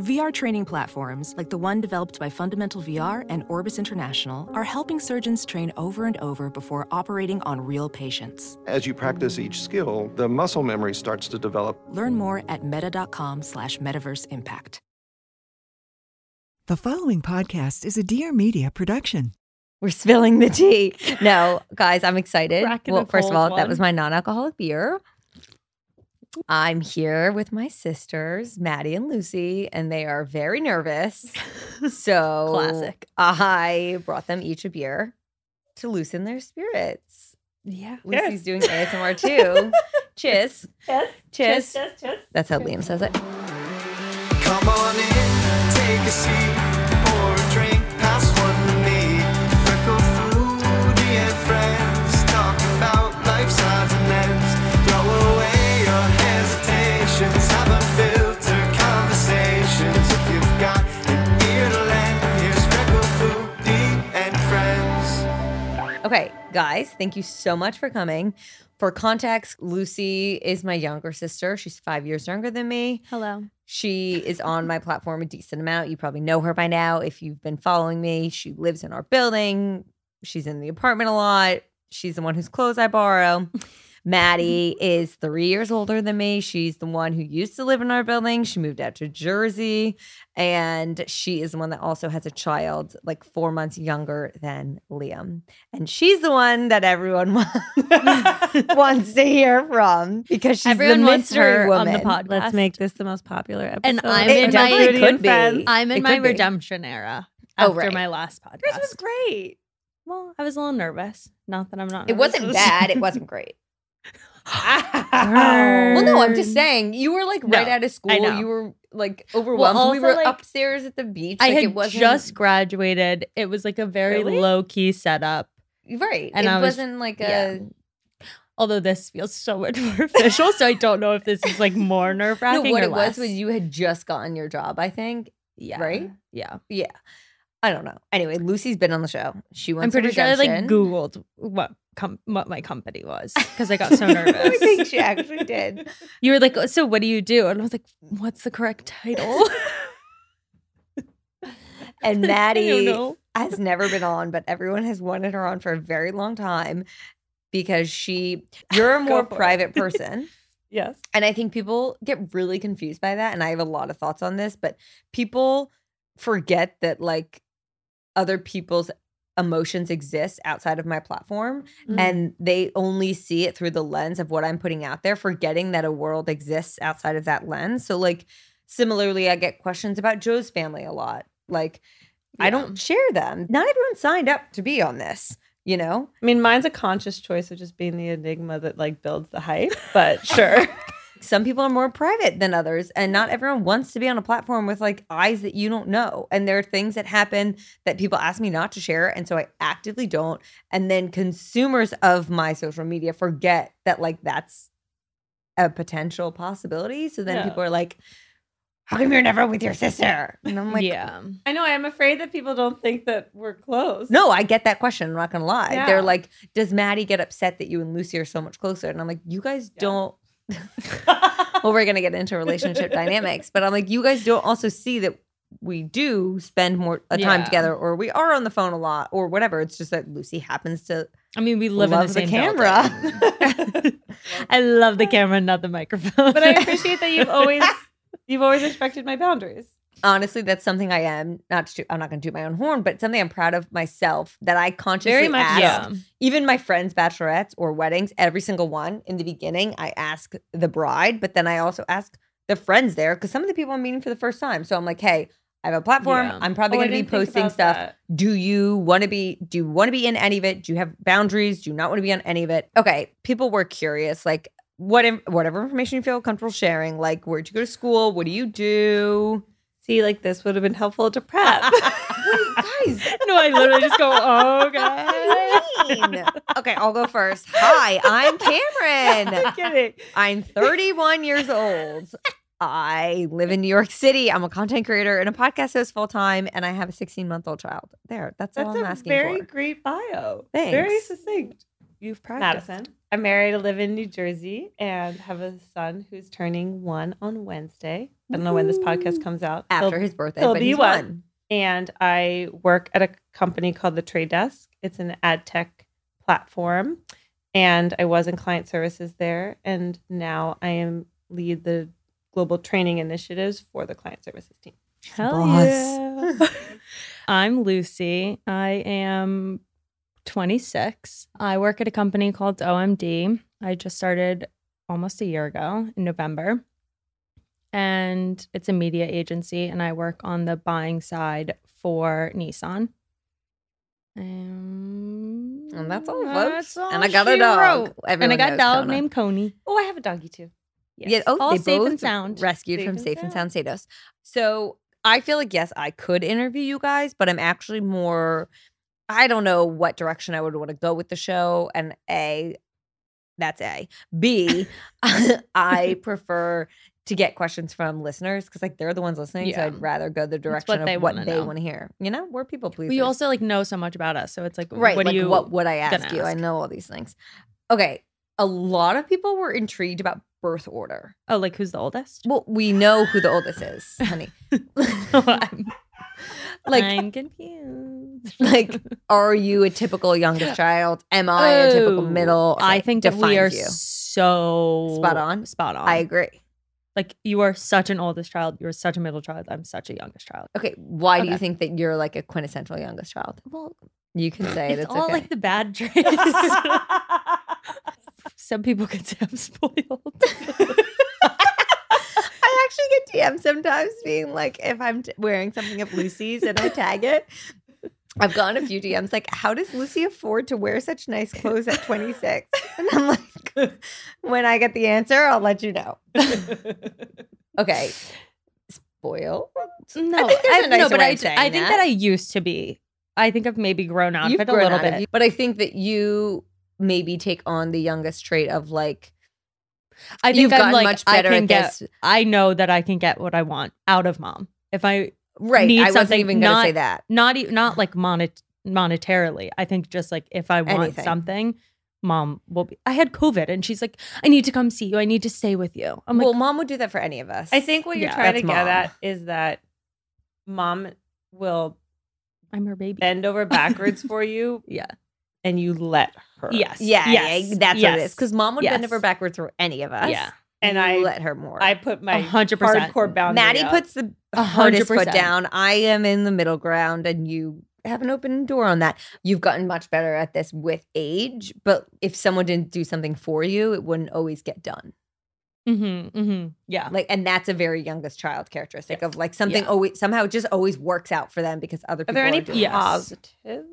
VR training platforms, like the one developed by Fundamental VR and Orbis International, are helping surgeons train over and over before operating on real patients. As you practice each skill, the muscle memory starts to develop. Learn more at meta.com slash metaverse impact. The following podcast is a Dear Media production. We're spilling the tea. No, guys, I'm excited. Cracking a Well, first of all, cold that was one. my non-alcoholic beer. I'm here with my sisters, Maddie and Lucy, and they are very nervous. So Classic. I brought them each a beer to loosen their spirits. Yeah. Lucy's doing ASMR too. Cheers. Cheers. Cheers. That's how Liam says it. Come on in, take a seat, pour a drink, pass what we need. Freckle foodie and friends, talk about life's odds and ends. Throw away your hesitations, have unfiltered conversations. If you've got an ear to lend, here's Freckle foodie and friends. Okay, guys, thank you so much for coming. For context, Lucy is my younger sister. She's five years younger than me. Hello. She is on my platform a decent amount. You probably know her by now if you've been following me. She lives in our building. She's in the apartment a lot. She's the one whose clothes I borrow. Maddie is three years older than me. She's the one who used to live in our building. She moved out to Jersey. And she is the one that also has a child like four months younger than Liam. And she's the one that everyone wants to hear from because she's Everyone the wants mystery her on woman. the podcast. Let's make this the most popular episode. And I'm It in my definitely could be. I'm in It my could be. redemption era Oh, after right. my last podcast. Yours was great. Well, I was a little nervous. Not that I'm not. It wasn't bad. It wasn't great. Well, no, I'm just saying you were like right No, out of school. I know. You were like overwhelmed. we also, were like, upstairs at the beach. I like, had it wasn't, just graduated. It was like a very Really? low key setup. right. and it I was- wasn't like yeah. a Although this feels so much more official, so I don't know if this is like more nerve no, wracking. what or it less. was was you had just gotten your job. I think. yeah, right? Yeah, Yeah, I don't know. Anyway, Lucy's been on the show. She wants. I'm pretty sure I like redemption. Googled what com- what my company was because I got so nervous. I think she actually did. You were like, so what do you do? And I was like, what's the correct title? And Maddie I don't know. has never been on, but everyone has wanted her on for a very long time because she. You're a Go more for it. private person. Yes. And I think people get really confused by that. And I have a lot of thoughts on this, but people forget that like other people's emotions exist outside of my platform and they only see it through the lens of what I'm putting out there, forgetting that a world exists outside of that lens. So, like, similarly, I get questions about Joe's family a lot. Like, I don't share them. Not everyone signed up to be on this, you know? I mean, mine's a conscious choice of just being the enigma that like builds the hype, but sure. some people are more private than others and not everyone wants to be on a platform with like eyes that you don't know and there are things that happen that people ask me not to share and so i actively don't and then consumers of my social media forget that like that's a potential possibility so then Yeah. people are like how come you're never with your sister and i'm like yeah. I know. I'm afraid that people don't think that we're close. No, I get that question. I'm not gonna lie. Yeah. They're like, "Does Maddie get upset that you and Lucy are so much closer?" And I'm like, "You guys don't." well, we're gonna get into relationship dynamics, but I'm like, you guys don't also see that we do spend more uh, time Yeah. together, or we are on the phone a lot, or whatever. It's just that Lucy happens to I mean, we live in Love the the same camera. building. I love the camera, not the microphone. But I appreciate that you've always you've always respected my boundaries. honestly, that's something I am not. To, I'm not going to do my own horn, but something I'm proud of myself that I consciously Very much ask. yeah. Even my friends' bachelorettes or weddings, every single one in the beginning, I ask the bride, but then I also ask the friends there because some of the people I'm meeting for the first time. So I'm like, hey, I have a platform. Yeah. I'm probably Oh, I going to be didn't think posting about stuff. that. Do you want to be do you want to be in any of it? Do you have boundaries? Do you not want to be on any of it? Okay, people were curious like what in- whatever information you feel comfortable sharing. Like, where'd you go to school? What do you do? See, like this would have been helpful to prep. Guys, No, I literally just go, oh god. mean. okay, I'll go first. Hi, I'm Cameron. kidding. I'm 31 years old. I live in New York City. I'm a content creator and a podcast host full time, and I have a 16 month old child. There, that's, all That's I'm a asking very for. great bio. Very Thanks. succinct. You've practiced. Madison. I'm married. I live in New Jersey and have a son who's turning one on Wednesday. I don't know when this podcast comes out. After He'll- his birthday, he'll but be he's one. one. and I work at a company called The Trade Desk. It's an ad tech platform, and I was in client services there, and now I am lead the global training initiatives for the client services team. Hell boss. yeah. I'm Lucy. I am 26. I work at a company called OMD. I just started almost a year ago in November. And it's a media agency, and I work on the buying side for Nissan. Um, And that's all, folks. that's all and I got a she dog. wrote. Everyone And I got knows a dog Kona. named Coney. Oh, I have a doggy too. Yes. Yeah, oh, all they safe both and sound. Rescued Safe from and Safe and Sound Sados. So I feel like, yes, I could interview you guys, but I'm actually more, I don't know what direction I would want to go with the show. And A, that's A. B, I prefer to get questions from listeners because, like, they're the ones listening. So Yeah. I'd rather go the direction what they of what wanna they know. want to hear. You know, we're people pleasers. We also like know so much about us, so it's like, Right. What like, do you? what would I ask gonna you? I ask? know all these things. Okay. A lot of people were intrigued about birth order. oh, like who's the oldest? Well, we know who the oldest is, honey. like, I'm confused. like, are you a typical youngest child? Am I a typical Oh, middle? I think that we defines are you. so Spot on? Spot on. I agree. like you are such an oldest child. You're such a middle child. I'm such a youngest child. Okay, why do you Okay. think that you're like a quintessential youngest child? Well, You can say it's that's all okay. like the bad traits. Some people could say I'm spoiled. I actually get DMs sometimes being like, if I'm t- wearing something of Lucy's and I tag it. I've gotten a few DMs like, how does Lucy afford to wear such nice clothes at 26? And I'm like, when I get the answer, I'll let you know. okay. Spoiled. no, think there's a I- nicer no, but way I, of saying I think that. that I used to be. I think I've maybe grown out You've of it a grown little out of bit. you- but I think that you maybe take on the youngest trait of like, I think you've I'm gotten like, much better I can at get, this. I know that I can get what I want out of mom. If I Right. need I wasn't something even going to say not- that. not e- not like monet monetarily, I think just like if I want Anything. something, mom will be. I had COVID, and she's like, "I need to come see you. I need to stay with you." I'm well, like, mom would do that for any of us. I think what you're Yeah, trying to that's get mom. at is that mom will "I'm her baby." bend over backwards for you yeah. and you let her. Yes. Yeah, Yes. yeah, that's what it is. Yes. Because mom would bend Yes. over backwards for any of us. Yeah. And You I let her more. I put my A hundred percent. hardcore boundary. Maddie up. puts the A hardest hundred foot percent. down. I am in the middle ground, and you have an open door on that. You've gotten much better at this with age, but if someone didn't do something for you, it wouldn't always get done. Mm-hmm, mm-hmm. Yeah. Like, and that's a very youngest child characteristic Yes. of like something Yeah. always somehow it just always works out for them because other Are people there any doing it. Yes. positive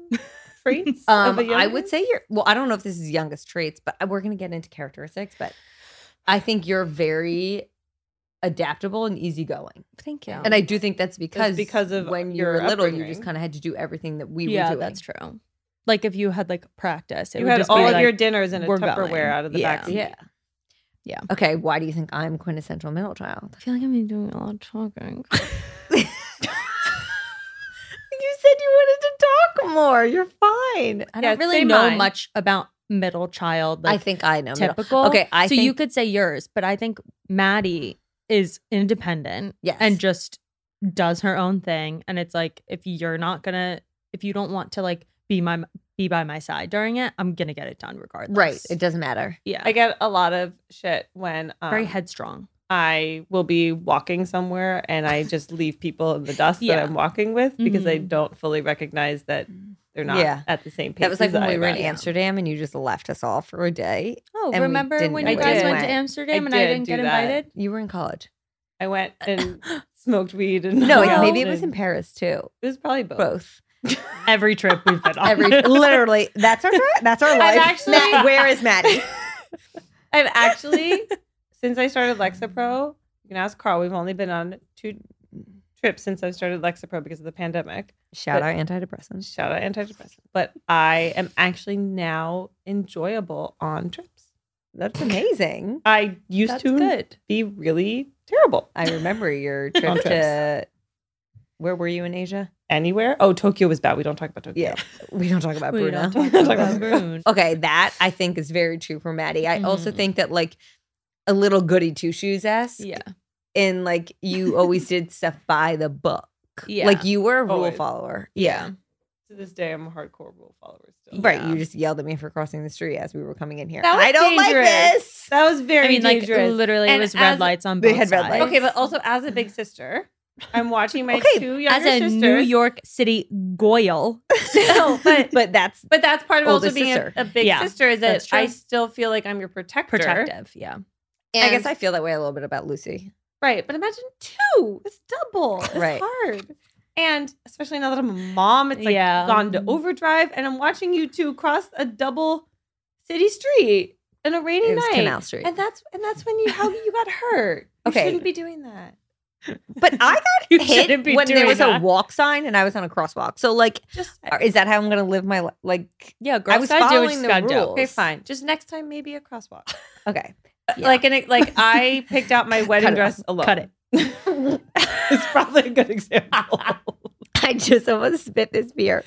traits? Um, of a I young would say you're. Well, I don't know if this is youngest traits, but uh, we're going to get into characteristics. But I think you're very adaptable and easygoing, Thank you. and I do think that's Oh. because because of when you your were little, you just upbringing. kind of had to do everything that we yeah, were doing. that's true. Like if you had like practice, it You would had just be all of like, your dinners in a we're Tupperware going. out of the Yeah. back. Yeah. Yeah. Okay. Why do you think I'm quintessential middle child? I feel like I've been doing a lot of talking. You said you wanted to talk more. You're fine. I Yeah, don't really say know mine. much about middle child. Like, I think I know. middle- typical. Okay, I so you think- could say yours, but I think Maddie is independent Yes. and just does her own thing. And it's like if you're not gonna, if you don't want to like be my be by my side during it, I'm gonna get it done regardless. Right. It doesn't matter. yeah. I get a lot of shit when um, very headstrong. I will be walking somewhere and I just leave people in the dust Yeah. that I'm walking with because I Mhm. don't fully recognize that they're not Mm-hmm. Yeah. at the same pace. That was like as when I we were in am. Amsterdam and you just left us all for a day. Oh, And we remember didn't when know you where guys we went, went. to Amsterdam I and did I didn't do get that. invited? You were in college. I went and smoked weed and No, hung out maybe it was in and- Paris too. It was probably both. Both. Every trip we've been on. Every literally. That's our that's our I'm life. actually- Matt, where is Maddie? I've actually, since I started Lexapro, you can ask Carl, we've only been on two trips since I've started Lexapro because of the pandemic. Shout But- out antidepressants. Shout out antidepressant. But I am actually now enjoyable on trips. That's amazing. I used That's to good. be really terrible. I remember your trip On trips. to where were you in Asia? Anywhere? Oh, Tokyo was bad. We don't talk about Tokyo. Yeah. We don't talk Oh, about We Bruno. don't talk Talk about about Bruno. Okay, that I think is very true for Maddie. I also Mhm. think that like a little goody two shoes esque, Yeah. and like you always did stuff by the book. Yeah. like you were a rule Always. follower. Yeah. To this day, I'm a hardcore rule follower still. right. Yeah. You just yelled at me for crossing the street as we were coming in here. That was I don't dangerous. like this. That was very I mean, like dangerous. literally, it And was red as- lights on both They had red sides. lights. Okay, but also as a big sister, I'm watching my Okay, two as younger a sisters. New York City goyle, No, but But that's but that's part of also Oldest being a, sister. a big Yeah, sister is that that's true. I still feel like I'm your protector. protective. Yeah, I guess I feel that way a little bit about Lucy. Right, but imagine two. It's double. It's Right. hard. And especially now that I'm a mom, it's like Yeah. gone Mm-hmm. to overdrive, and I'm watching you two cross a double city street in a rainy It was night. Canal Street. And that's and that's when you how you got hurt. You Okay. shouldn't be doing that. But I got You hit shouldn't be when there doing was a that. walk sign and I was on a crosswalk. So like, Just is that how I'm gonna live my life? Like, yeah. girls was gotta do what following she's the gotta do. rules. okay, fine. Just next time, maybe a crosswalk. okay, Yeah. Like an like I picked out my wedding Cut it dress alone. Cut it. it's probably a good example. I just almost spit this beer.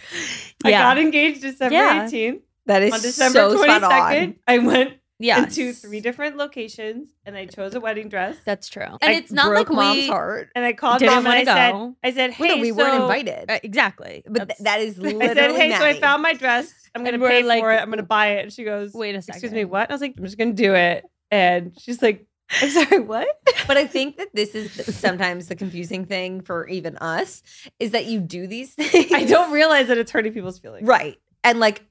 I Yeah. got engaged December Yeah. 18th. That is On December so spot on. 22nd, I went Yeah, into three different locations and I chose a wedding dress. That's true. And I broke mom's heart. And I called Didn't mom and I wanna said, go. I said, hey, Well, no, we weren't Oh. so- invited. Uh, exactly. but th- That's- that is literally. I said, hey, so I Maddie. found my dress. I'm going And to we're pay like, for it. I'm going to buy it. And she goes, Wait a second. excuse me, what? And I was like, I'm just going to do it. And she's like, I'm sorry, what? But I think that this is th- sometimes the confusing thing for even us is that you do these things. I don't realize that it's hurting people's feelings. Right. And like,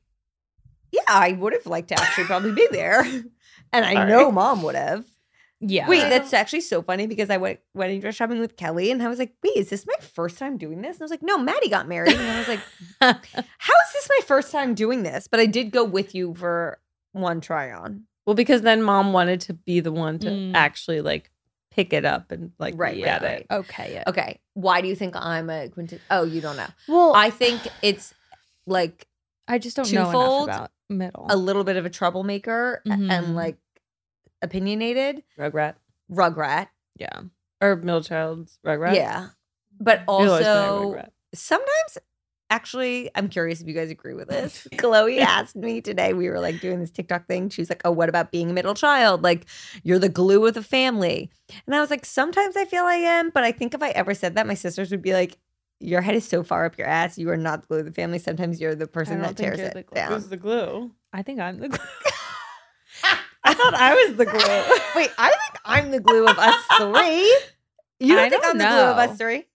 yeah, I would have liked to actually probably be there. And I Sorry. know mom would have. Yeah. Wait, that's actually so funny because I went wedding dress shopping with Kelly and I was like, wait, is this my first time doing this? And I was like, no, Maddie got married. And I was like, how is this my first time doing this? But I did go with you for one try on. Well, because then mom wanted to be the one to Mm. actually like pick it up and like Right, look right, at right. it. okay. Yeah. Okay. Why do you think I'm a quintet? Oh, you don't know. Well, I I think it's like I just don't know enough twofold, about middle. a little bit of a troublemaker a- Mhm. and like opinionated Rugrat rugrat. yeah. or middle child's rugrat. Yeah. But You've always been a also rugrat. sometimes actually I'm curious if you guys agree with this. Chloe asked me today, we were like doing this TikTok thing. She was like, Oh, what about being a middle child? Like you're the glue of the family. And I was like, sometimes I feel I am, but I think if I ever said that, my sisters would be like, Your head is so far up your ass, you are not the glue of the family. Sometimes you're the person don't that think tears you're it the glue. down. Who's the glue? I think I'm the. I thought I was the glue. Wait, I think I'm the glue of us three. You don't I think don't I'm the glue of know. us three?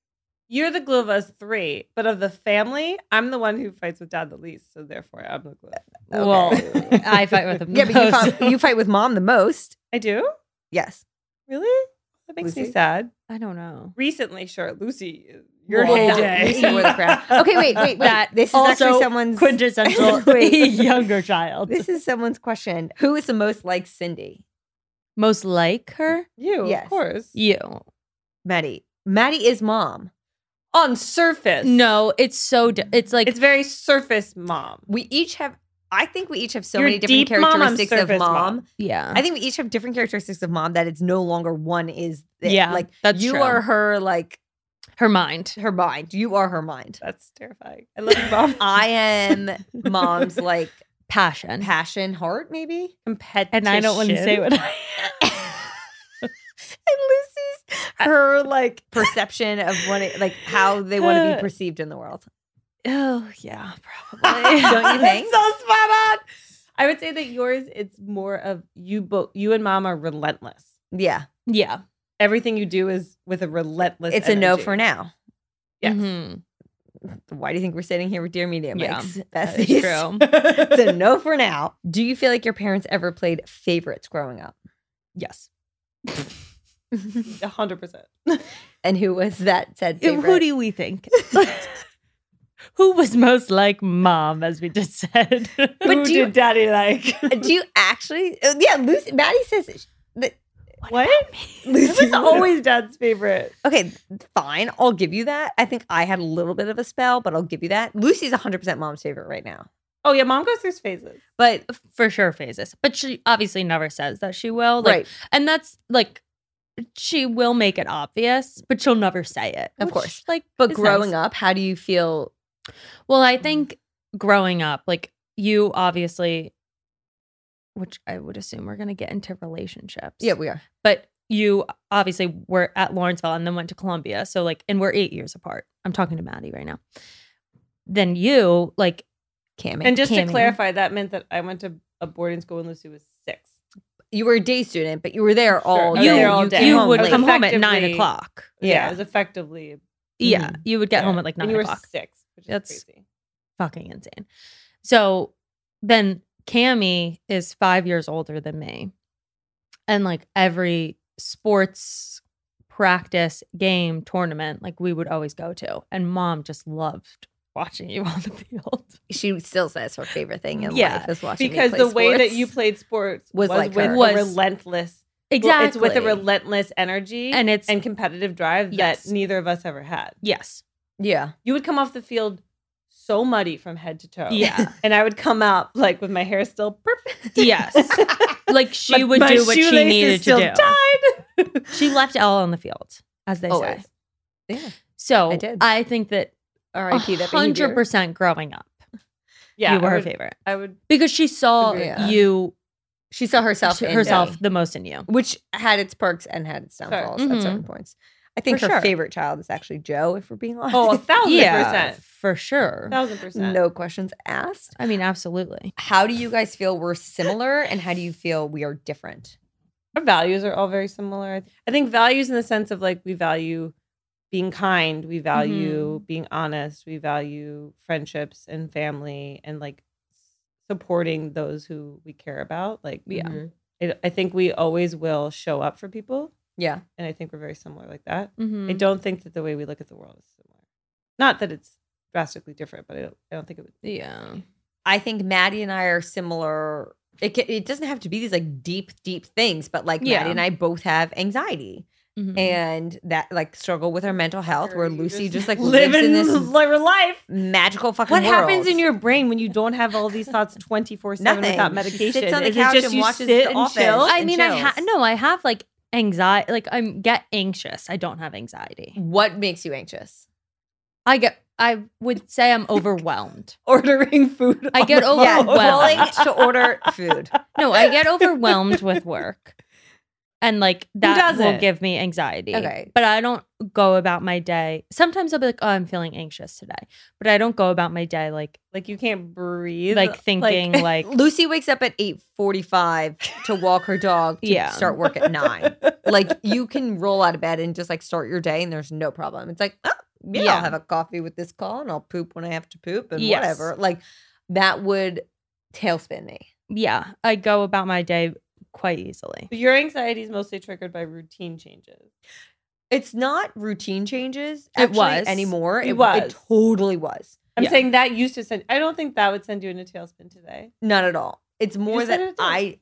You're the glue of us three, but of the family, I'm the one who fights with dad the least. So therefore, I'm the glue. Well, I fight with them. Yeah, but you, fought, you fight with mom the most. I do? Yes. Really? That makes me Lucy? sad. I don't know. Recently, sure, Lucy, your Well, heyday. Lucy wore the crown. Okay, wait, wait, wait. That this is also actually someone's. Quintessential Wait. younger child. This is someone's question. Who is the most like Cindy? Most like her? You, Yes. of course. You. Maddie. Maddie is mom. On surface. No, it's so. Di- it's like It's very surface mom. We each have. I think we each have so You're many different deep mom, I'm characteristics of surface mom. mom. yeah, I think we each have different characteristics of mom that it's no longer one is. it. Yeah, like that's you true. are her like her mind. her mind. You are her mind. That's terrifying. I love you, mom. I am mom's like passion. passion, heart, maybe. competitive. and I don't want to say what I and Lucy's her like perception of what it like how they want to be perceived in the world. Oh, yeah, probably. Don't you think? That's so spot on. I would say that yours it's more of you both you and mom are relentless. Yeah. yeah. Everything you do is with a relentless It's a no energy. for mm-hmm. now. Yes. Mhm. Why do you think we're sitting here with Dear Media Yeah, Mix? That Besties? is true. it's a no for now. Do you feel like your parents ever played favorites growing up? yes. A hundred percent. And who was that said Who favorite? do we think? who was most like mom, as we just said. But Who do you- did daddy like? Do you actually? oh, Yeah, Lucy. Maddie says it- that what? This Lucy is always dad's favorite. Okay, fine. I'll give you that. I think I had a little bit of a spell, but I'll give you that. Lucy's 100% mom's favorite right now. Oh yeah, mom goes through phases. But For sure, phases. But she obviously never says that she will. Like, right, And that's like, she will make it obvious, but she'll never say it. Of course. Like, but growing up, how do you feel? Well, I think growing up, like you obviously, which I would assume we're going to get into relationships. Yeah, we are. But you obviously were at Lawrenceville and then went to Columbia. So, like, and we're eight years apart. I'm talking to Maddie right now. Then you, like, Cammie. And just Cammie. to clarify, that meant that I went to a boarding school when Lucy was six. you were a day student, but you were there all Oh, you, yeah, day. you're all you day. came you home would late. come home at nine Effectively- o'clock. Yeah. it was effectively Yeah. You would get yeah. home at like And nine you were o'clock. six, which is That's- crazy. fucking insane. So then Cammy is five years older than me. And like every sports practice, game, tournament, like we would always go to. And mom just loved watching you on the field. She still says her favorite thing in Yeah, life is watching me Because the play way that sports. you played sports Was was, like with her. a Was- relentless Exactly. It's with a relentless energy and and it's and competitive drive Yes. that neither of us ever had. yes. yeah, You would come off the field so muddy from head to Oh. toe. Yeah. And I would come out like with my hair still perfect. Yes. like she My- would my do what she shoelace is needed to still do. tied. She left it all on the field, as they say. always. Oh, Yeah, So I did. I think that R.I.P. That behavior. 100% growing up, yeah. you were I her would, favorite. I would because she saw Agree. Yeah. you She saw herself. in herself Daddy, the most in you. which had its perks and had its downfalls Mhm. at certain points. I think For her sure. favorite child is actually Joe, if we're being honest. Oh, a thousand percent. for sure. Thousand percent. no questions asked. I mean, absolutely. how do you guys feel we're similar and how do you feel we are different? Our values are all very similar. I th- I think values in the sense of like we value being kind, we value Mm-hmm. being honest, we value friendships and family and like supporting those who we care about. Like we, Mhm. I- I think we always will show up for people, Yeah. and I think we're very similar like that. Mm-hmm. I Mhm. don't think that the way we look at the world is similar. Not that it's drastically different, but I don't, I don't think it would. Yeah. I think Maddie and I are similar. It, ca- it doesn't have to be these like deep, deep things, but like Yeah. Maddie and I both have anxiety Mhm. and that like struggle with our mental health where You Lucy Mm-hmm. just, like live lives in this li- life. magical fucking What world. happens in your brain when you don't have all these thoughts 24 7 Nothing. without She medication? sits on the Is couch it just and you watches sit The and Office. chill? I and mean, I have chills. no. I have like anxiety. Like I'm get anxious. I don't have anxiety. what makes you anxious? I get. I would say I'm overwhelmed. ordering food. I get online. Yeah, overwhelmed. calling to order food. no, I get overwhelmed with work, and like that will doesn't? give me anxiety. Okay. but I don't go about my day. Sometimes I'll be like, "Oh, I'm feeling anxious today," but I don't go about my day like Like you can't breathe. like thinking like, Lucy wakes up at 8:45 to walk her dog to Yeah. start work at 9. like you can roll out of bed and just like start your day and there's no problem. It's like, oh, yeah, Yeah. I'll have a coffee with this call and I'll poop when I have to poop and Yes. whatever. Like that would tailspin me. yeah, I go about my day quite easily. But your anxiety is mostly triggered by routine changes. It's not routine changes It actually was. anymore. It It, it was. totally was. I'm Yeah. saying that used to send. I don't think that would send you in a tailspin today. Not at all. It's more just said that it did. I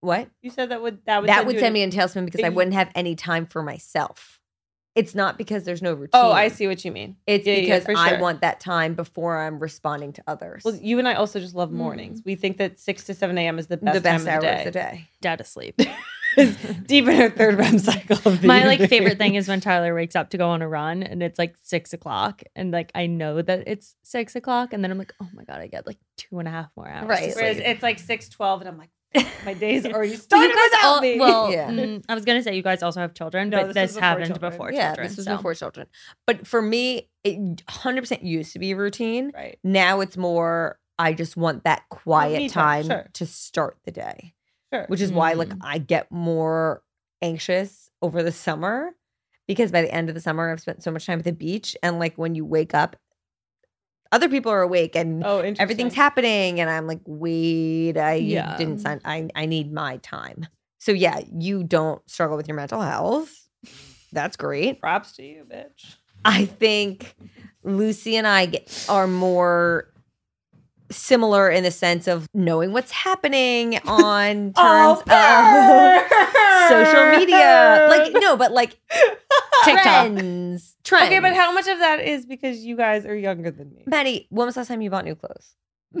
what? You said that would that would that send would you send me in. in tailspin because I it- wouldn't have any time for myself. It's not because there's no routine. Oh, I see what you mean. It's Yeah, yeah, because for I sure. want that time before I'm responding to others. Well, you and I also just love mornings. We think that six to seven a.m. is the best, Mm. the best time hour of the day. day. Dead asleep. Deep in our third REM cycle. Of my being like awake. favorite thing is when Tyler wakes up to go on a run and it's like six o'clock and like I know that it's six o'clock and then I'm like, oh my god, I get like two and a half more hours. Right. Right. Whereas it's like six twelve, and I'm like, my days are already But started you guys without all me. well, Yeah. mm, I was gonna say you guys also have children, No, but this this, was before happened children. before yeah, children. this was so. before children. But for me, it 100% used to be routine. right. Now it's more I just want that Oh, me quiet time, time sure. Mm. to start the day, Sure. which is why like I get more anxious over the summer because by the end of the summer I've spent so much time at the beach and like when you wake up other people are awake and oh, interesting. everything's happening and i'm like wait i Yeah. didn't sign I, I need my time so yeah you don't struggle with your mental health that's great Props to you, bitch. I think Lucy and I get, are more similar in the sense of knowing what's happening on terms of social media. Like no, but like trends. Trends. Okay, but how much of that is because you guys are younger than me? Maddie, when was the last time you bought new clothes? Oh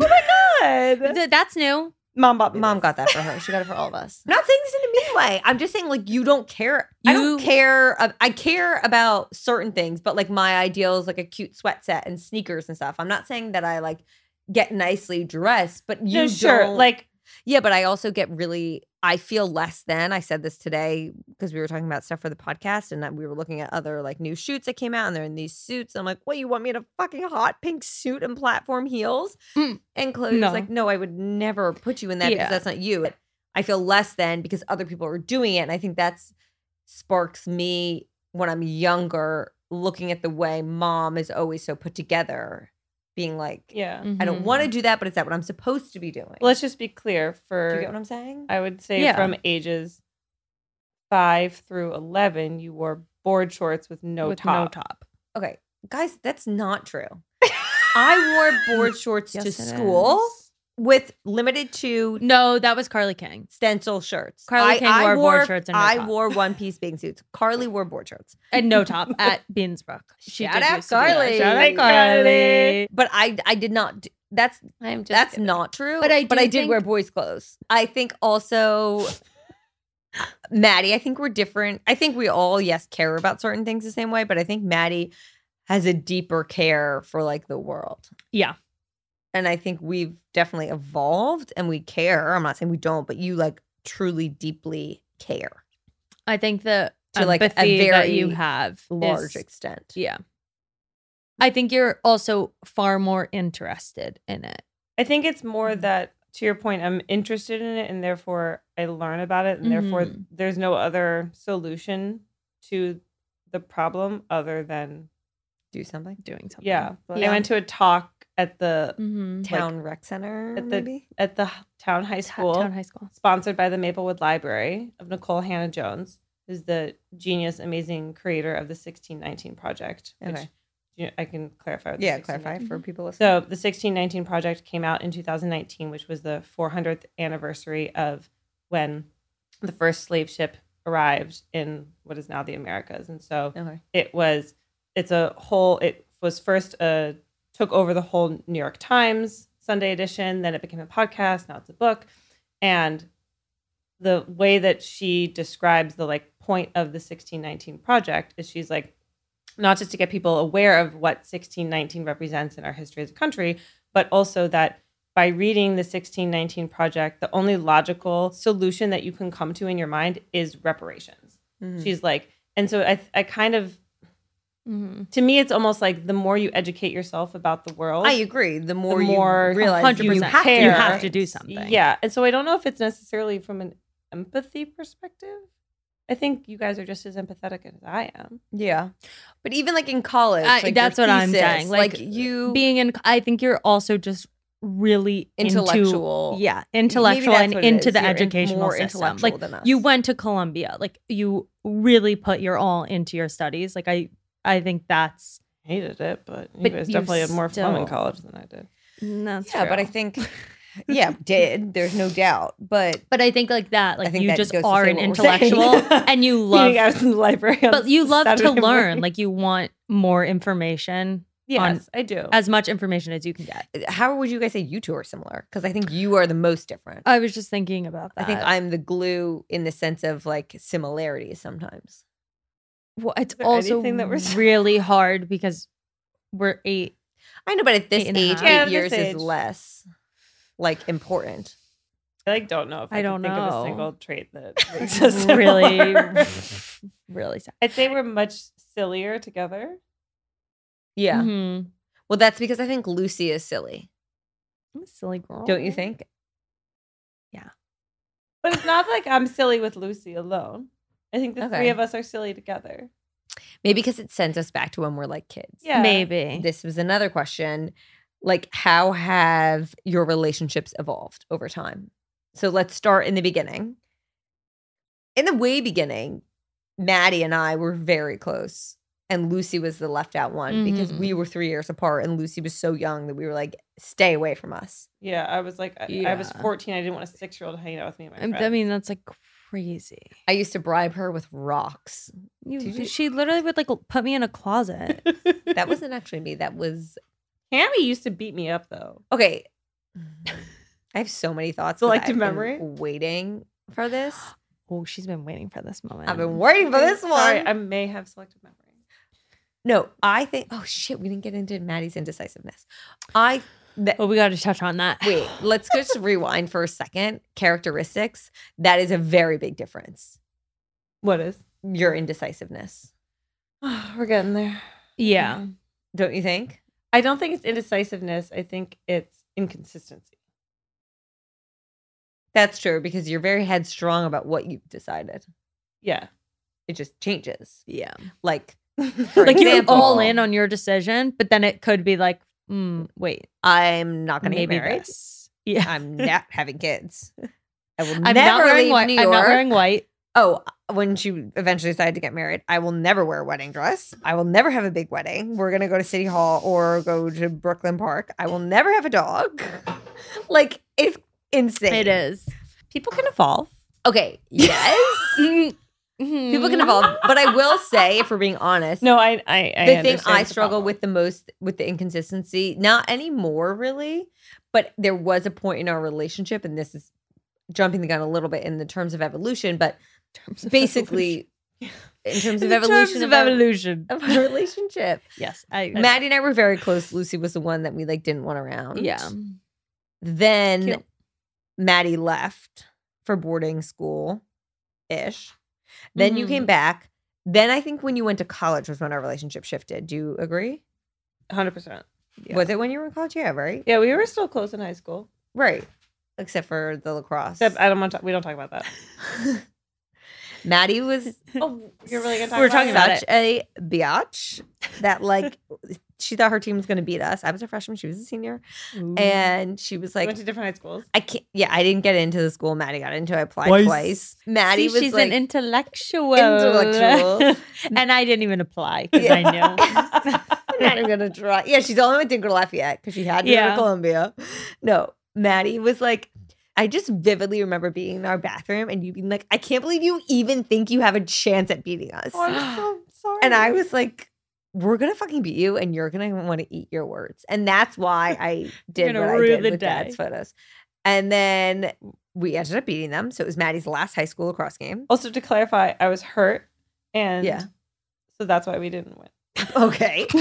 God. Th- That's new. Mom bought me Mom this. got that for her. She got it for all of us. Not saying this in a mean way. I'm just saying like you don't care. I don't You- care. ab- I care about certain things, but like my ideal is like a cute sweat set and sneakers and stuff. I'm not saying that I like get nicely dressed, but you No, sure. don't- Like yeah. But I also get really. I feel less than. I said this today because we were talking about stuff for the podcast, and that we were looking at other like new shoots that came out, and they're in these suits. I'm like, what? You want me in a fucking hot pink suit and platform heels? Mm. And Chloe's No. like, no, I would never put you in that Yeah. because that's not you. I feel less than because other people are doing it, and I think that's sparks me when I'm younger, looking at the way mom is always so put together, being like, yeah. I mm-hmm. don't want to do that, but is that what I'm supposed to be doing? Let's just be clear do you get what for I'm saying? I would say Yeah. from ages five through eleven, you wore board shorts with no With top. no top. Okay, guys, that's not true. I wore board shorts to Yes, it school is. with limited to No, that was Carly King. stencil shirts. Carly I, King I wore board shorts and no I top. wore one piece bathing suits. Carly wore board shorts. And no top at Beansbrook. She Shout did out used to do that. Carly. Shout out Thank Carly. But I I did not. Do, that's I'm just that's kidding. not true. But I but do I did wear think- boys' clothes. I think also, Maddie. I think we're different. I think we all yes care about certain things the same way, but I think Maddie has a deeper care for like the world. Yeah. And I think we've definitely evolved and we care. I'm not saying we don't, but you like truly deeply care I think the To, like, a empathy that very you have is- large extent. yeah. I think you're also far more interested in it. I think it's more that to your point, I'm interested in it and therefore I learn about it and therefore Mhm. there's no other solution to the problem other than Do something. Doing something. yeah. I Yeah. went to a talk at the Mm. Mm-hmm. Town rec center. at the maybe? at the h- town high school Town high school. sponsored by the Maplewood Library of Nicole Hannah Jones, who's the genius, amazing creator of the 1619 Project. Which, Okay. you know, I can clarify. what the yeah, 1619 clarify for people listening. So the 1619 Project came out in 2019, which was the 400th anniversary of when the first slave ship arrived in what is now the Americas. And so Okay. it was it's a whole it was first a took over the whole new york times sunday edition then it became a podcast now it's a book and the way that she describes the like point of the 1619 project is she's like not just to get people aware of what 1619 represents in our history as a country but also that by reading the 1619 project the only logical solution that you can come to in your mind is reparations she's like and so i i kind of Mm-hmm. to me it's almost like the more you educate yourself about the world I agree. The more, more- you realize you 100% have you to, care. have to do something. yeah and so i don't know if it's necessarily from an empathy perspective i think you guys are just as empathetic as i am Yeah. But even like in college, I- like, your Uh, that's what I'm thesis, saying. Like, you being in i think you're also just really into- Intellectual. yeah Maybe intellectual that's and what it into is. the You're in- educational more system intellectual like than us. you went to columbia like you really put your all into your studies like i i think that's hated it but you But guys you definitely had more fun in still- college than i did that's yeah, but I true. think yeah, did. There's no doubt. But but i think like that like think you that just goes to are say an what we're saying. intellectual and you Meeting love us in the library on but you love to Saturday learn morning. like you want more information yes i do as much information as you can get how would you guys say you two are similar? Because I think you are the most different. i was just thinking about I that think I'm the glue in the sense of like similarities sometimes. well, it's there also anything that we're saying? really hard because we're eight I know, but at this Eight and a age, half. eight Yeah, at this years age. is less like important. i like don't know if i, I can don't think of know. a single trait that makes us It's really, similar. really sad. i'd say we're much sillier together Yeah. Mhm. Well, that's because I think Lucy is silly. I'm a silly girl. Don't you think? But it's not like I'm silly with Lucy alone. I think the three Okay. of us are silly together. Maybe because it sends us back to when we're like kids. Yeah. Maybe. this was another question like how have your relationships evolved over time so let's start in the beginning in the way beginning maddie and i were very close and Lucy was the left out one because Mhm. we were three years apart and Lucy was so young that we were like, stay away from us. Yeah, I was like, I, I was Yeah. 14. I didn't want a six year old hanging out with me. And my I- I friends. mean, that's like crazy. I used to bribe her with rocks. You, Did you- she literally would like l- put me in a closet. That wasn't actually me. That was Hammy used to beat me up though. okay. Mm-hmm. I have so many thoughts. 'cause Selective I've been memory? Waiting for this. oh, she's been waiting for this moment. I've been waiting for this one. Sorry, I may have selective memory. no, I think. Oh shit, we didn't get into Maddie's indecisiveness. I that, Oh, we got to touch on that. wait. Let's just rewind for a second. Characteristics. That is a very big difference. What is? Your indecisiveness, we're getting there. Yeah. don't you think? I don't think it's indecisiveness. I think it's inconsistency. That's true because you're very headstrong about what you've decided. Yeah. It just changes. Yeah. Like, for Like you're example, all in on your decision, but then it could be like, mm, wait, I'm not going to get maybe married. this. Yeah. I'm not having kids. I will I'm never not wearing leave white. New I'm York. not wearing white. oh, when she eventually decided to get married, I will never wear a wedding dress. I will never have a big wedding. We're gonna go to City Hall or go to Brooklyn Park. I will never have a dog. like it's insane. It is. People can evolve. Okay. Yes. Mm-hmm. People can evolve, but I will say, if we're being honest, No, I I, the I thing understand I the struggle problem. with the most with the inconsistency, not anymore really, but there was a point in our relationship, and this is jumping the gun a little bit in the terms of evolution, but basically, in terms In of terms evolution of our- evolution. of our relationship, Yes. I, I- Maddie and I were very close. Lucy was the one that we like didn't want around. Yeah. Then Cute. Maddie left for boarding school ish. Then you Mhm. came back. Then I think when you went to college was when our relationship shifted. Do you agree? 100%. Yeah. Was it when you were in college? Yeah, right? Yeah, we were still close in high school. Right. Except for the lacrosse. Except I don't want to we don't talk about that. Maddie was oh, you're really going to talk We're about talking it? about such a biatch that like she thought her team was going to beat us. I was a freshman, she was a senior, and she was We like Mm-hmm. went to different high schools. I can't yeah, I didn't get into the school Maddie got into. I applied Twice. twice. Maddie See, was she's like an intellectual. Intellectual. and I didn't even apply because Yeah. I knew. I'm not even gonna try. Yeah, she's the only one who didn't go to Lafayette because she had to go Yeah. to Columbia. No, Maddie was like, I just vividly remember being in our bathroom and you being like, I can't believe you even think you have a chance at beating us. Oh, I'm so sorry. And I was like, we're gonna fucking beat you, and you're gonna want to eat your words, and that's why I did gonna what I rue did the with Dad's day. photos. And then we ended up beating them, so it was Maddie's last high school lacrosse game. also to clarify, I was hurt and Yeah. so that's why we didn't win. Okay.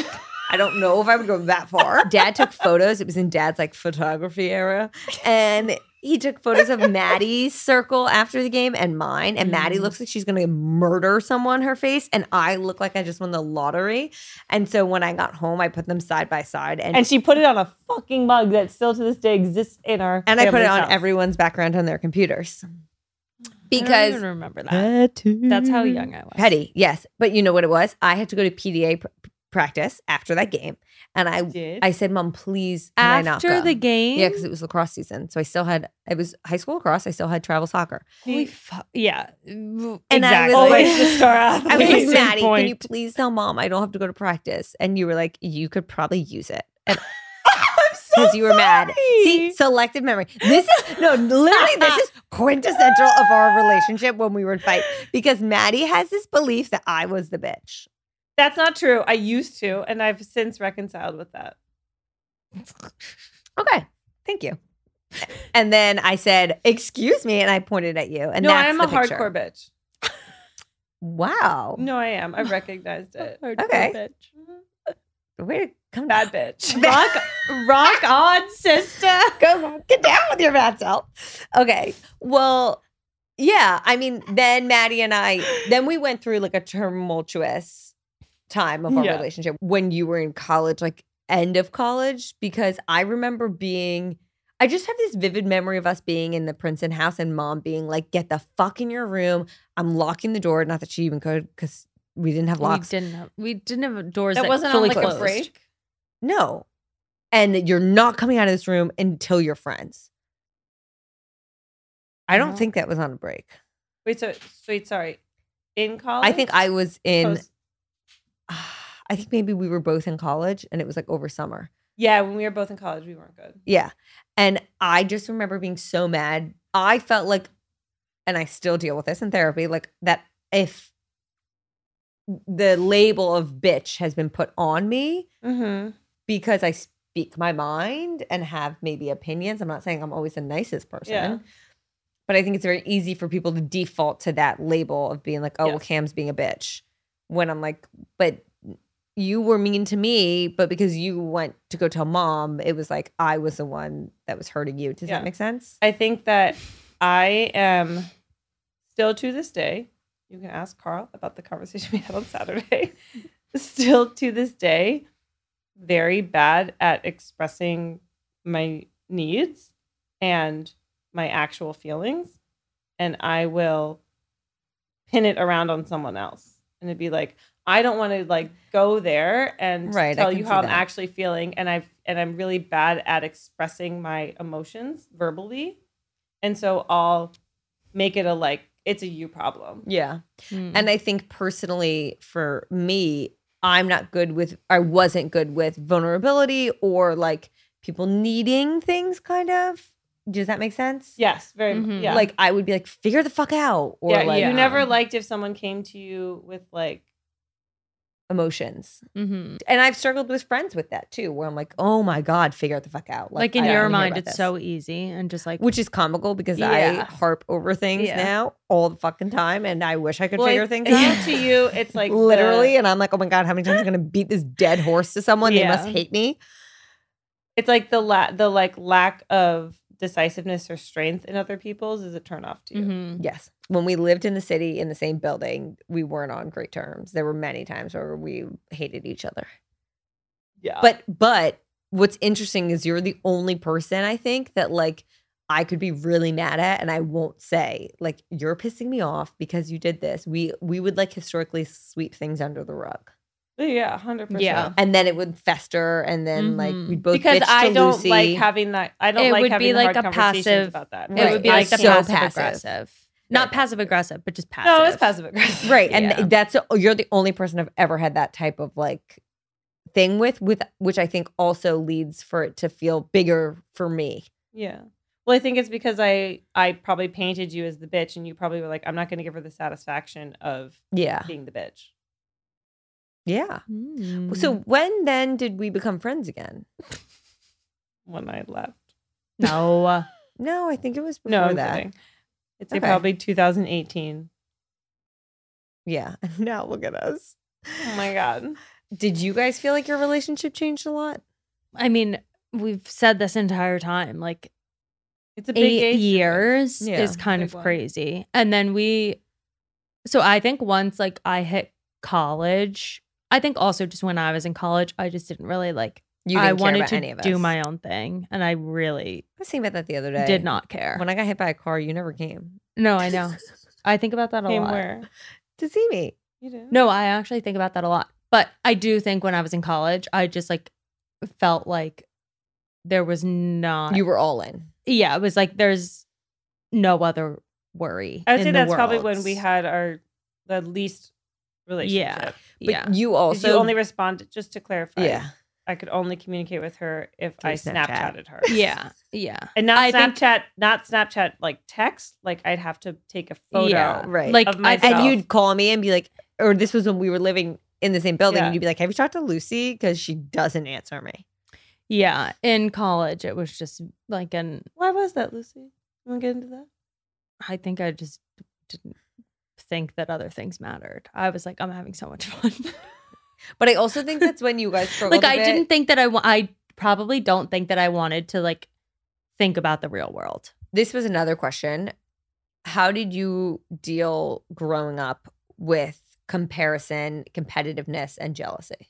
I don't know if I would go that far. Dad took photos. It was in Dad's like photography era. And he took photos of Maddie's circle after the game and mine. And Maddie looks like she's going to murder someone, her face. And I look like I just won the lottery. And so when I got home, I put them side by side. And, And she put it on a fucking mug that still to this day exists in our and I put it family's on house. everyone's background on their computers. I don't Because even remember that. That's how young I was. petty, yes. But you know what it was? I had to go to PDA pr- practice after that game. And I Did. I said, Mom, please, can I not After go?" the game. Yeah, because it was lacrosse season. So I still had it was high school lacrosse. I still had travel soccer. Holy fuck. Yeah. And And I was exactly. like- always the star athlete. I was like, Amazing Maddie, can you point. please tell mom I don't have to go to practice? And you were like, you could probably use it. And I'm so because you were mad. See, sorry. selective memory. This is no, literally, this is quintessential of our relationship when we would fight because Maddie has this belief that I was the bitch. That's not true. I used to, and I've since reconciled with that. Okay, thank you. And then I said, "Excuse me," and I pointed at you. And no, I that's am the a picture. hardcore bitch. Wow, No, I am. I've recognized it. Okay. Bitch. way to come Bad bitch. back. Rock on, sister. go get down with your bad self. Okay. Well, yeah. I mean, then Maddie and I, then we went through like a tumultuous time of our Yeah. relationship when you were in college, like end of college, because I remember being. I just have this vivid memory of us being in the Princeton house and mom being like, get the fuck in your room. I'm locking the door. Not that she even could because we didn't have We locks. didn't have we didn't have doors that, That wasn't on fully like closed. a break. No. And you're not coming out of this room until you're friends. I don't No. think that was on a break. Oh, Wait, so wait, sorry. In college, I think I was in. Post- I think maybe we were both in college and it was like over summer. Yeah, when we were both in college, we weren't good. Yeah. And I just remember being so mad. I felt like, and I still deal with this in therapy, like that if the label of bitch has been put on me Mm-hmm. because I speak my mind and have maybe opinions. I'm not saying I'm always the nicest person. Yeah. But I think it's very easy for people to default to that label of being like, oh, well, Yes. Cam's being a bitch. When I'm like, but you were mean to me, but because you went to go tell mom, it was like I was the one that was hurting you. Does Yeah. that make sense? I think that I am still to this day. You can ask Carl about the conversation we had on Saturday. still to this day, very bad at expressing my needs and my actual feelings. And I will pin it around on someone else. And it'd be like, I don't want to like go there and Right, I tell can you see how I'm that. actually feeling. And I've and I'm really bad at expressing my emotions verbally. And so I'll make it a like, it's a you problem. Yeah. Mm. Mm-hmm. And I think personally for me, I'm not good with, I wasn't good with vulnerability or like people needing things, kind of. Does that make sense? Yes, very Mhm. yeah. Like I would be like, figure the fuck out. Or yeah, like um, you never liked if someone came to you with like emotions. Mm-hmm. Mhm. And I've struggled with friends with that too, where I'm like, oh my God, figure it the fuck out. Like, I in don't your wanna hear mind, about it's this. so easy and just like which is comical because I Yeah. harp over things Yeah. now all the fucking time and I wish I could well, figure it's- things yeah, out. to you, it's like the- Literally, and I'm like, oh my god, how many times am I gonna beat this dead horse to someone? They must Yeah. hate me. it's like the la- the like lack of decisiveness or strength in other people's is a turnoff to you. Mhm. Yes. When we lived in the city in the same building, we weren't on great terms. There were many times where we hated each other. Yeah. But but what's interesting is you're the only person I think that like I could be really mad at and I won't say like you're pissing me off because you did this. We we would like historically sweep things under the rug. yeah, hundred percent. Yeah. And then it would fester and then like Mhm. we'd both Mm-hmm. because bitch I to don't Lucy. like having that. I don't It like would having be the like hard a conversations passive- about that. It Right. would be like the So passive, passive. aggressive. Not passive aggressive, but just passive. no, it's passive aggressive. Right. And Yeah. that's you're the only person I've ever had that type of like thing with with which I think also leads for it to feel bigger for me. Yeah. Well, I think it's because I I probably painted you as the bitch, and you probably were like, I'm not going to give her the satisfaction of Yeah. Ah. being the bitch. Yeah. Mm. So when then did we become friends again? When I left, no, uh, No, I think it was before no, I'm that. kidding. It's Okay. probably 2018. Yeah. now look at us. Oh my god. Did you guys feel like your relationship changed a lot? I mean we've said this entire time like It's a big eight age years Yeah. is kind Big of one. crazy. And then we, so I think once like I hit college, I think also just when I was in college, I just didn't really like. You I didn't care wanted about to any of us. do my own thing, and I really I was thinking about that the other day. did not care. When I got hit by a car, you never came no, I know. I think about that a Came lot. where to see me. you didn't. No, I actually think about that a lot. But I do think when I was in college, I just like felt like there was not. You were all in. yeah, it was like there's no other worry. I would say in the that's probably world. when we had our the least relationship. Yeah. But yeah. you 'Cause also you only responded just to clarify. Yeah. I could only communicate with her if Through I Snapchat. Snapchatted her. Yeah, yeah. And not I think- Snapchat, not Snapchat like text. Like I'd have to take a photo. Yeah. Right. Like Of I myself. think and you'd call me and be like, or this was when we were living in the same building. Yeah. And you'd be like, "Have you talked to Lucy? Because she doesn't answer me." yeah, in college it was just like an Why was that, Lucy? You want to get into that? I think I just didn't think that other things mattered. I was like I'm having so much fun. But I also think that's when you guys struggled. like I I didn't think that I wa- I probably don't think that I wanted to like think about the real world. This was another question. How did you deal growing up with comparison, competitiveness, and jealousy?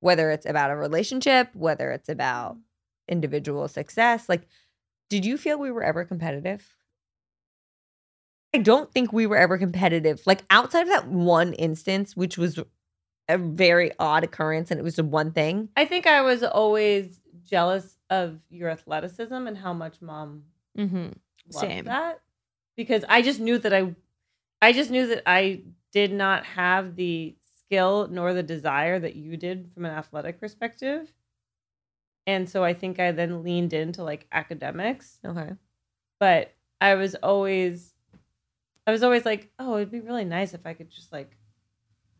Whether it's about a relationship, whether it's about individual success, like, did you feel we were ever competitive? I don't think we were ever competitive. Like outside of that one instance, which was a very odd occurrence, and it was the one thing. I think I was always jealous of your athleticism and how much mom Mm-hmm. loved Same. that because I just knew that I, I just knew that I did not have the skill nor the desire that you did from an athletic perspective. And so I think I then leaned into like academics, Okay. but I was always I was always like, oh, it'd be really nice if I could just like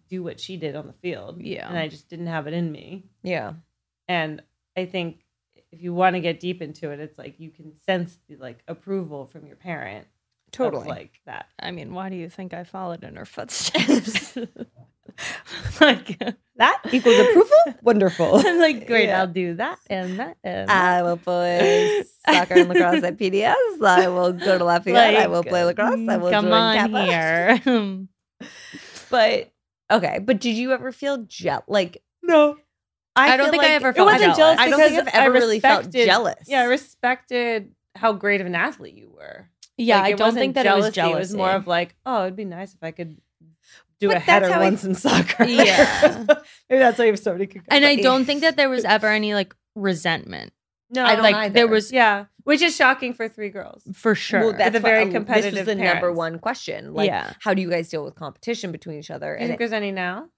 do what she did on the field. Yeah. And I just didn't have it in me. Yeah. And I think if you want to get deep into it, it's like you can sense the like approval from your parent. of, Totally. like that. I mean, why do you think I followed in her footsteps? like, That Equals approval? Wonderful. I'm like, great, Yeah. I'll do that and that and I that. will play soccer and lacrosse at PDS. I will go to Lafayette. I will Like, mm, play lacrosse. I will come join on Kappa. here. But okay, but did you ever feel jealous? Like No. I, I don't feel think I like- ever it felt wasn't jealous. jealous. I don't I don't think because I've ever I really felt respected- jealous. Yeah, I respected how great of an athlete you were. yeah, Like, I it don't wasn't think that it was jealousy. It was more of like, oh, it'd be nice if I could do But a that's header how I- once in soccer. Yeah. Maybe that's why you have somebody could go. and I don't think that there was ever any like resentment no, I don't like either. there was yeah, which is shocking for three girls. for sure. Well, that's the what- very uh, This competitive is the number parents. one question. Like, Yeah. how do you guys deal with competition between each other? Do you And think it- there's any now?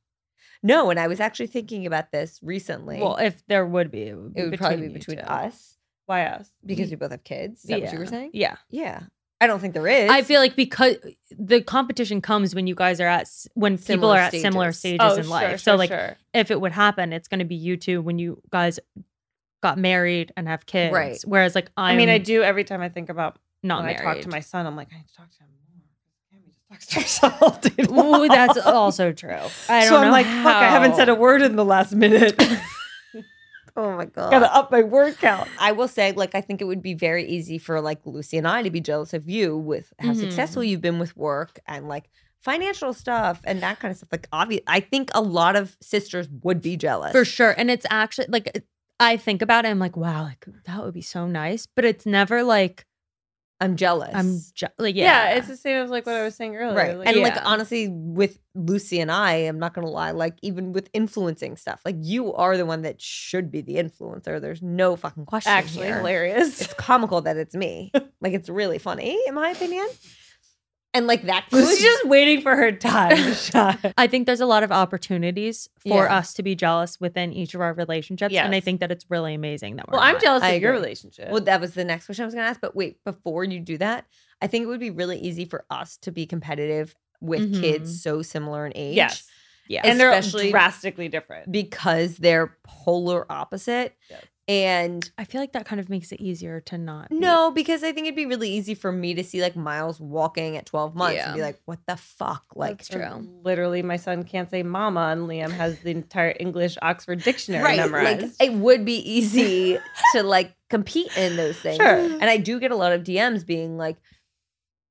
no, and I was actually thinking about this recently. well, if there would be, it would, be it would probably between be you between two. us Why us? because we both have kids. Is that what you were saying? Yeah. Yeah. I don't think there is. I feel like because the competition comes when you guys are at s- when people Similar are at similar stages. Oh, stages Oh, in life. so like if it would happen, it's going to be you two when you guys got married and have kids. Right. Whereas like I I'm mean, I do every time I think about not when married. I talk to my son, I'm like, I need to talk to him more. Can't we just talk to ourselves? all day Ooh, that's oh, long? also true. I don't so I'm know like, fuck, I haven't said a how. word in the last minute. Oh my god. Gotta up my word count. I will say, like, I think it would be very easy for like Lucy and I to be jealous of you with how Mhm. Mm-hmm. successful you've been with work and like financial stuff and that kind of stuff. Like, obvious, I think a lot of sisters would be jealous for sure. And it's actually like I think about it. I'm like, wow, like that would be so nice. But it's never like I'm jealous. I'm ju- like Yeah. yeah. it's the same as like what I was saying earlier. right, Like, and yeah. like honestly, with Lucy and I, I'm not gonna lie. Like, even with influencing stuff, like you are the one that should be the influencer. There's no fucking question. actually here. hilarious. It's comical that it's me. like, it's really funny in my opinion. And like that, Lucy's could- just waiting for her time to shine. I think there's a lot of opportunities for Yeah. us to be jealous within each of our relationships, and I Yes. think that it's really amazing that we're. Well, I'm not. jealous I of your agree. relationship. Well, that was the next question I was going to ask. But wait, before you do that, I think it would be really easy for us to be competitive with Mhm. kids so similar in age. Mm-hmm. yes. Yeah, And they're Especially- drastically different. Because they're polar opposite. Yes. And I feel like that kind of makes it easier to not. be- no, because I think it'd be really easy for me to see like Miles walking at 12 months Yeah. and be like, what the fuck? Like, That's true. Literally, my son can't say mama, and Liam has the entire English Oxford dictionary memorized. Like it would be easy to like compete in those things. Sure. And I do get a lot of DMs being like,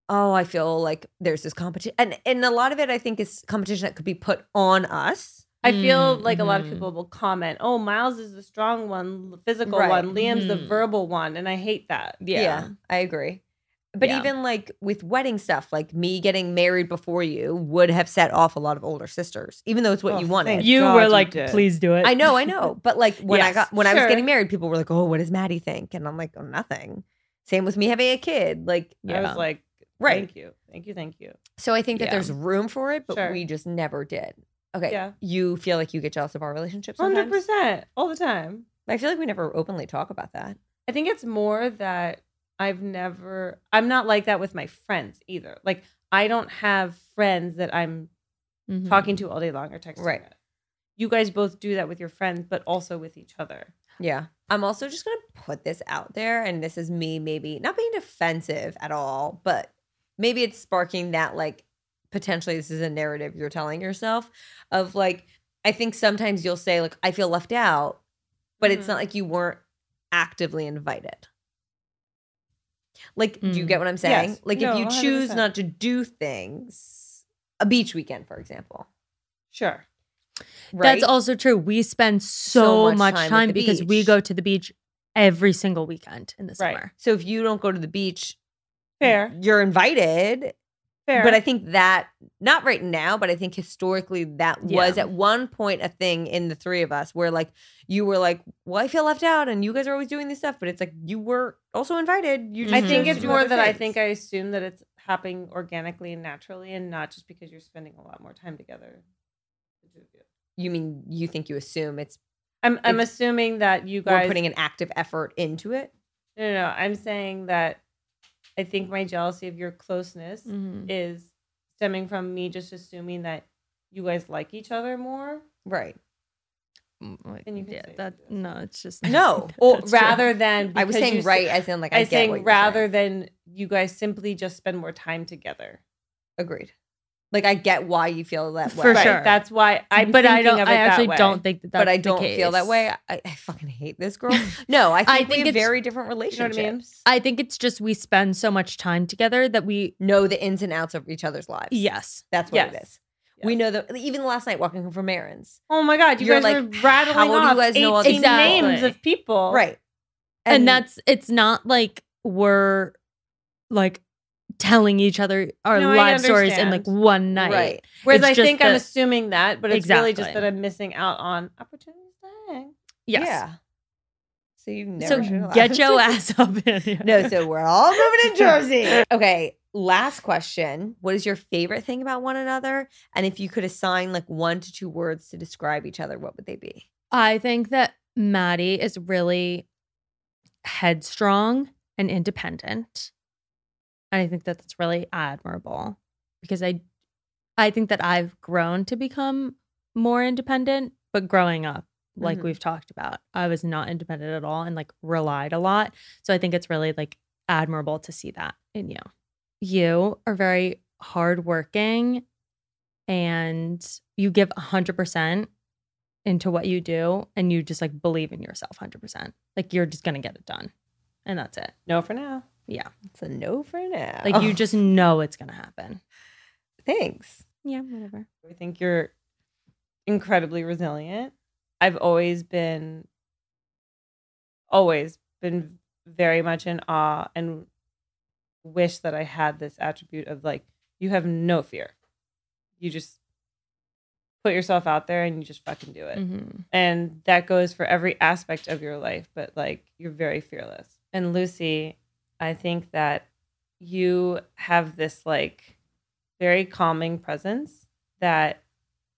"Oh, I feel like there's this competition," and and a lot of it I think is competition that could be put on us. I feel Mm, like a lot of Mm-hmm. mhm. people will comment, "Oh, Miles is the strong one, the physical Right. Mm-hmm. one. Liam's the Mhm. verbal one," and I hate that. Yeah. I agree. But Yeah. even like with wedding stuff, like me getting married before you would have set off a lot of older sisters, even though it's what Oh, you wanted. thank You God were you like, did. "Please do it." I know, I know. But like when I Yes, got when I was sure. getting married, people were like, "Oh, what does Maddie think?" And I'm like, "Oh, nothing." Same with me having a kid. Like, I Yeah. was like, right. "Thank you, thank you, thank you." So I think that Yeah. there's room for it, but Sure. we just never did. Okay. Yeah. You feel like you get jealous of our relationship Hundred sometimes? percent, all the time. I feel like we never openly talk about that. I think it's more that I've never, I'm not like that with my friends either. Like, I don't have friends that I'm Mm-hmm. talking to all day long or texting. Mm-hmm. Right. with. You guys both do that with your friends, but also with each other. Yeah. I'm also just going to put this out there. And this is me maybe not being defensive at all, but maybe it's sparking that like potentially this is a narrative you're telling yourself of like, I think sometimes you'll say, like, I feel left out, but it's Mhm. not like you weren't actively invited. Like, do you get what I'm saying? Yes. Like, No, if you choose 100%. not to do things, a beach weekend, for example, Sure. right? That's also true. We spend so, much much, time at time, the because we beach. go to the beach every single weekend in the Right. summer. so if you don't go to the beach, Fair. you're invited, Fair. Mm-hmm. But I think that not right now, but I think historically that Yeah. was at one point a thing in the three of us where like you were like, Well, I feel left out and you guys are always doing this stuff, but it's like you were also invited. You just I Mhm. think chose to it's do more other that I things. think I assume that it's happening organically and naturally and not just because you're spending a lot more time together. The two of you. You mean you think you assume it's I'm I'm It's- assuming that you we're guys putting an active effort into it? No, no, no. I'm saying that I think my jealousy of your closeness Mm-hmm. Mhm. is stemming from me just assuming that you guys like each other more. Right. Mm, like, And you can yeah, say that that's- no, it's just No. Or That's true. rather than I was because saying you right s- as in like I, I was get what saying you're rather than you guys simply just spend more time together. agreed. Like I get why you feel that way. For right. sure. That's why I'm. but I thinking don't. Of it I actually that way. don't think that. That's but I the don't feel that case. way. I, I fucking hate this girl. No, I think, I we think have it's- very different You know relationships. what I I mean? think it's just we spend so much time together that we. Know the ins and outs of each other's lives. Yes. That's what it Yes. is. We Yes. know that even last night walking home from errands. Oh my god, you You're guys like, were rattling how do you off guys know all these 18 people? names Exactly. of people. Right. And, that's. It's not like we're like telling each other our No, I live stories in like understand. one night. right. Whereas It's I just think I'm that- assuming that, but it's really just Exactly. that I'm missing out on opportunities. to hang. Yes. Yeah. So you never should So allow get it. your ass up. in here. No, so we're all moving to Jersey. Okay. Last question. What is your favorite thing about one another? And if you could assign like one to two words to describe each other, what would they be? I think that Maddie is really headstrong and independent. And I think that that's really admirable because I I think that I've grown to become more independent, but growing up, like Mhm. we've talked about, I was not independent at all and like relied a lot. So I think it's really like admirable to see that in you. You are very hardworking and you give 100% into what you do and you just like believe in yourself 100%. Like you're just going to get it done. And that's it. No, for now. Yeah. It's a no for now. Like you just know it's going to happen. Thanks. Yeah, whatever. I think you're incredibly resilient. I've always been, always been very much in awe and wish that I had this attribute of like, you have no fear. You just put yourself out there and you just fucking do it. Mhm. And that goes for every aspect of your life, but like, you're very fearless. And Lucy, I think that you have this like very calming presence that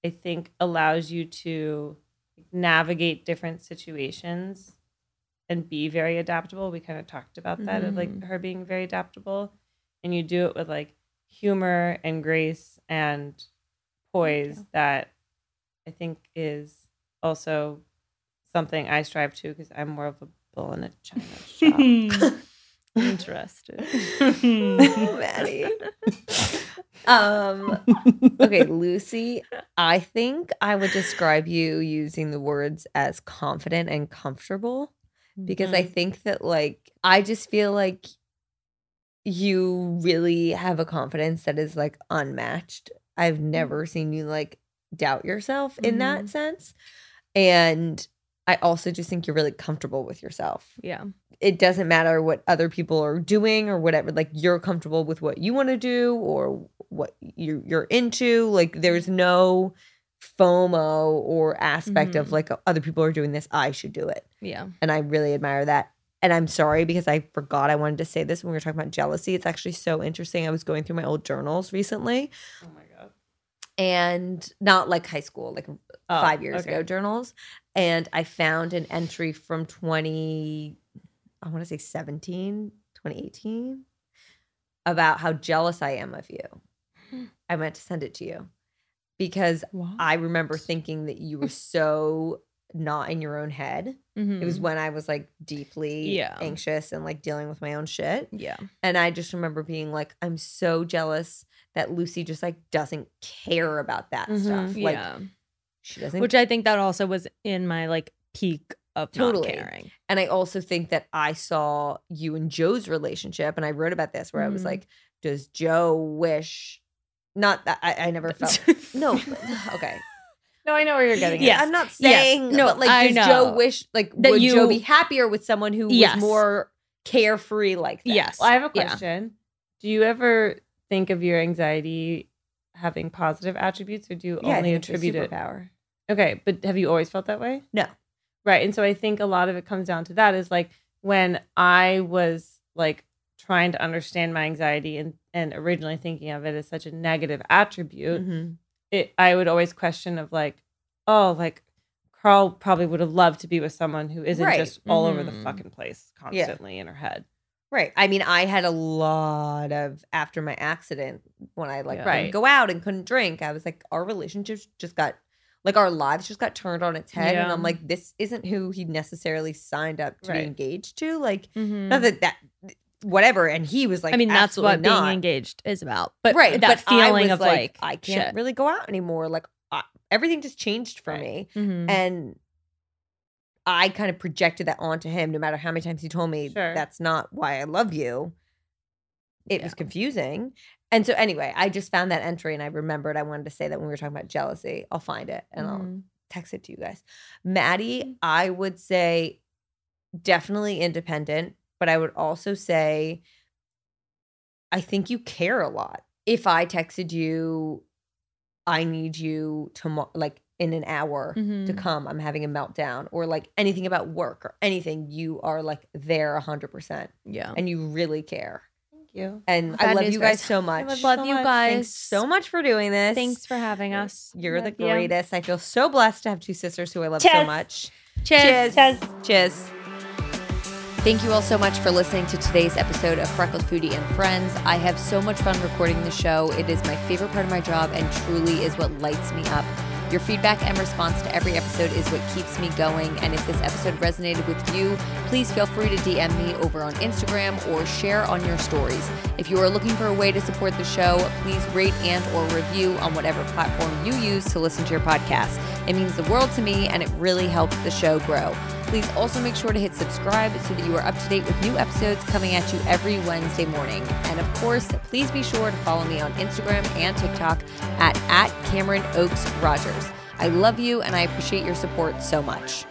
I think allows you to navigate different situations and be very adaptable. We kind of talked about that of like Mhm. her being very adaptable, and you do it with like humor and grace and poise that I think is also something I strive to because I'm more of a bull in a china shop. Interesting. Oh, Maddie. um okay, Lucy, I think I would describe you using the words as confident and comfortable because I think that like I just feel like you really have a confidence that is like unmatched. I've never seen you like doubt yourself in that sense. And I also just think you're really comfortable with yourself yeah. it doesn't matter what other people are doing or whatever like you're comfortable with what you want to do or what you you're into like there's Mm-hmm. no fomo or aspect of Mm-hmm. Mhm. like "Oh, other people are doing this i should do it Yeah. and i really admire that and i'm sorry because i forgot i wanted to say this when we were talking about jealousy it's actually so interesting i was going through my old journals recently oh my god. and not like high school like Oh, five years okay. ago journals and i found an entry from 20 i want to say 17 2018 about how jealous i am of you i meant to send it to you because Wow. i remember thinking that you were so not in your own head Mm-hmm. it was when i was like deeply Yeah. anxious and like dealing with my own shit yeah. and I just remember being like, I'm so jealous that Lucy just like doesn't care about that stuff. Like Mm-hmm. yeah. she doesn't. Which I think that also was in my like peak of Totally. not caring. and I also think that I saw you and Joe's relationship, and I wrote about this where I was Mhm. like, does Joe wish? Not that I, I never felt. no, but- okay. No, I know where you're getting Yes. at. I'm not Yes. saying No, but like, I does Joe know. wish like That would Joe you- be happier with someone who Yes. was more carefree like that? Yes. Well, I have a Yeah. question. Do you ever think of your anxiety having positive attributes or do you Yeah, I only think it's a attribute it? superpower. Okay, but have you always felt that way? No. Right. And so I think a lot of it comes down to that is like when I was like trying to understand my anxiety and, and originally thinking of it as such a negative attribute, Mhm. it I would always question of like, oh, like Carl probably would have loved to be with someone who isn't Right. just all over the Mhm. fucking place constantly in her head. Right. I mean, I had a lot of after my accident when I like Yeah. couldn't Right. go out and couldn't drink. I was like, our relationships just got like our lives just got turned on its head, and Yeah. I'm like, this isn't who he necessarily signed up to Right. be engaged to. Like, Mm-hmm. Mhm. not that that whatever. And he was like, I mean, that's absolutely what not. being engaged is about. But right. that but I feeling was of like, I can't shit. really go out anymore. Like, I, everything just changed for Right. me, Mhm. Mm-hmm. and. I kind of projected that onto him no matter how many times he told me Sure. that's not why I love you it Yeah. was confusing. And so anyway, I just found that entry and I remembered I wanted to say that when we were talking about jealousy. I'll find it and Mm-hmm. I'll Mhm. text it to you guys. Maddie, I would say definitely independent, but I would also say I think you care a lot. If I texted you, I need you tomorrow like in an hour to Mm-hmm. Mhm. come, I'm having a meltdown, or like anything about work or anything, you are like there hundred percent yeah. and you really care. Thank you. And I That love is Oh. you very guys so I much. love you Love so you much. guys. Thanks so much for doing this. Thanks for having us. You're the Love you. greatest. I feel so blessed to have two sisters who I love so Cheers. much. Cheers. Cheers. Cheers. Thank you all so much for listening to today's episode of Freckles Foodie and Friends. I have so much fun recording the show. It is my favorite part of my job and truly is what lights me up. Your feedback and response to every episode is what keeps me going. And if this episode resonated with you, please feel free to DM me over on Instagram or share on your stories. If you are looking for a way to support the show, please rate and or review on whatever platform you use to listen to your podcast. It means the world to me and it really helps the show grow. Please also make sure to hit subscribe so that you are up to date with new episodes coming at you every Wednesday morning. And of course, please be sure to follow me on Instagram and TikTok at, at Cameron Oaks Rogers. I love you and I appreciate your support so much.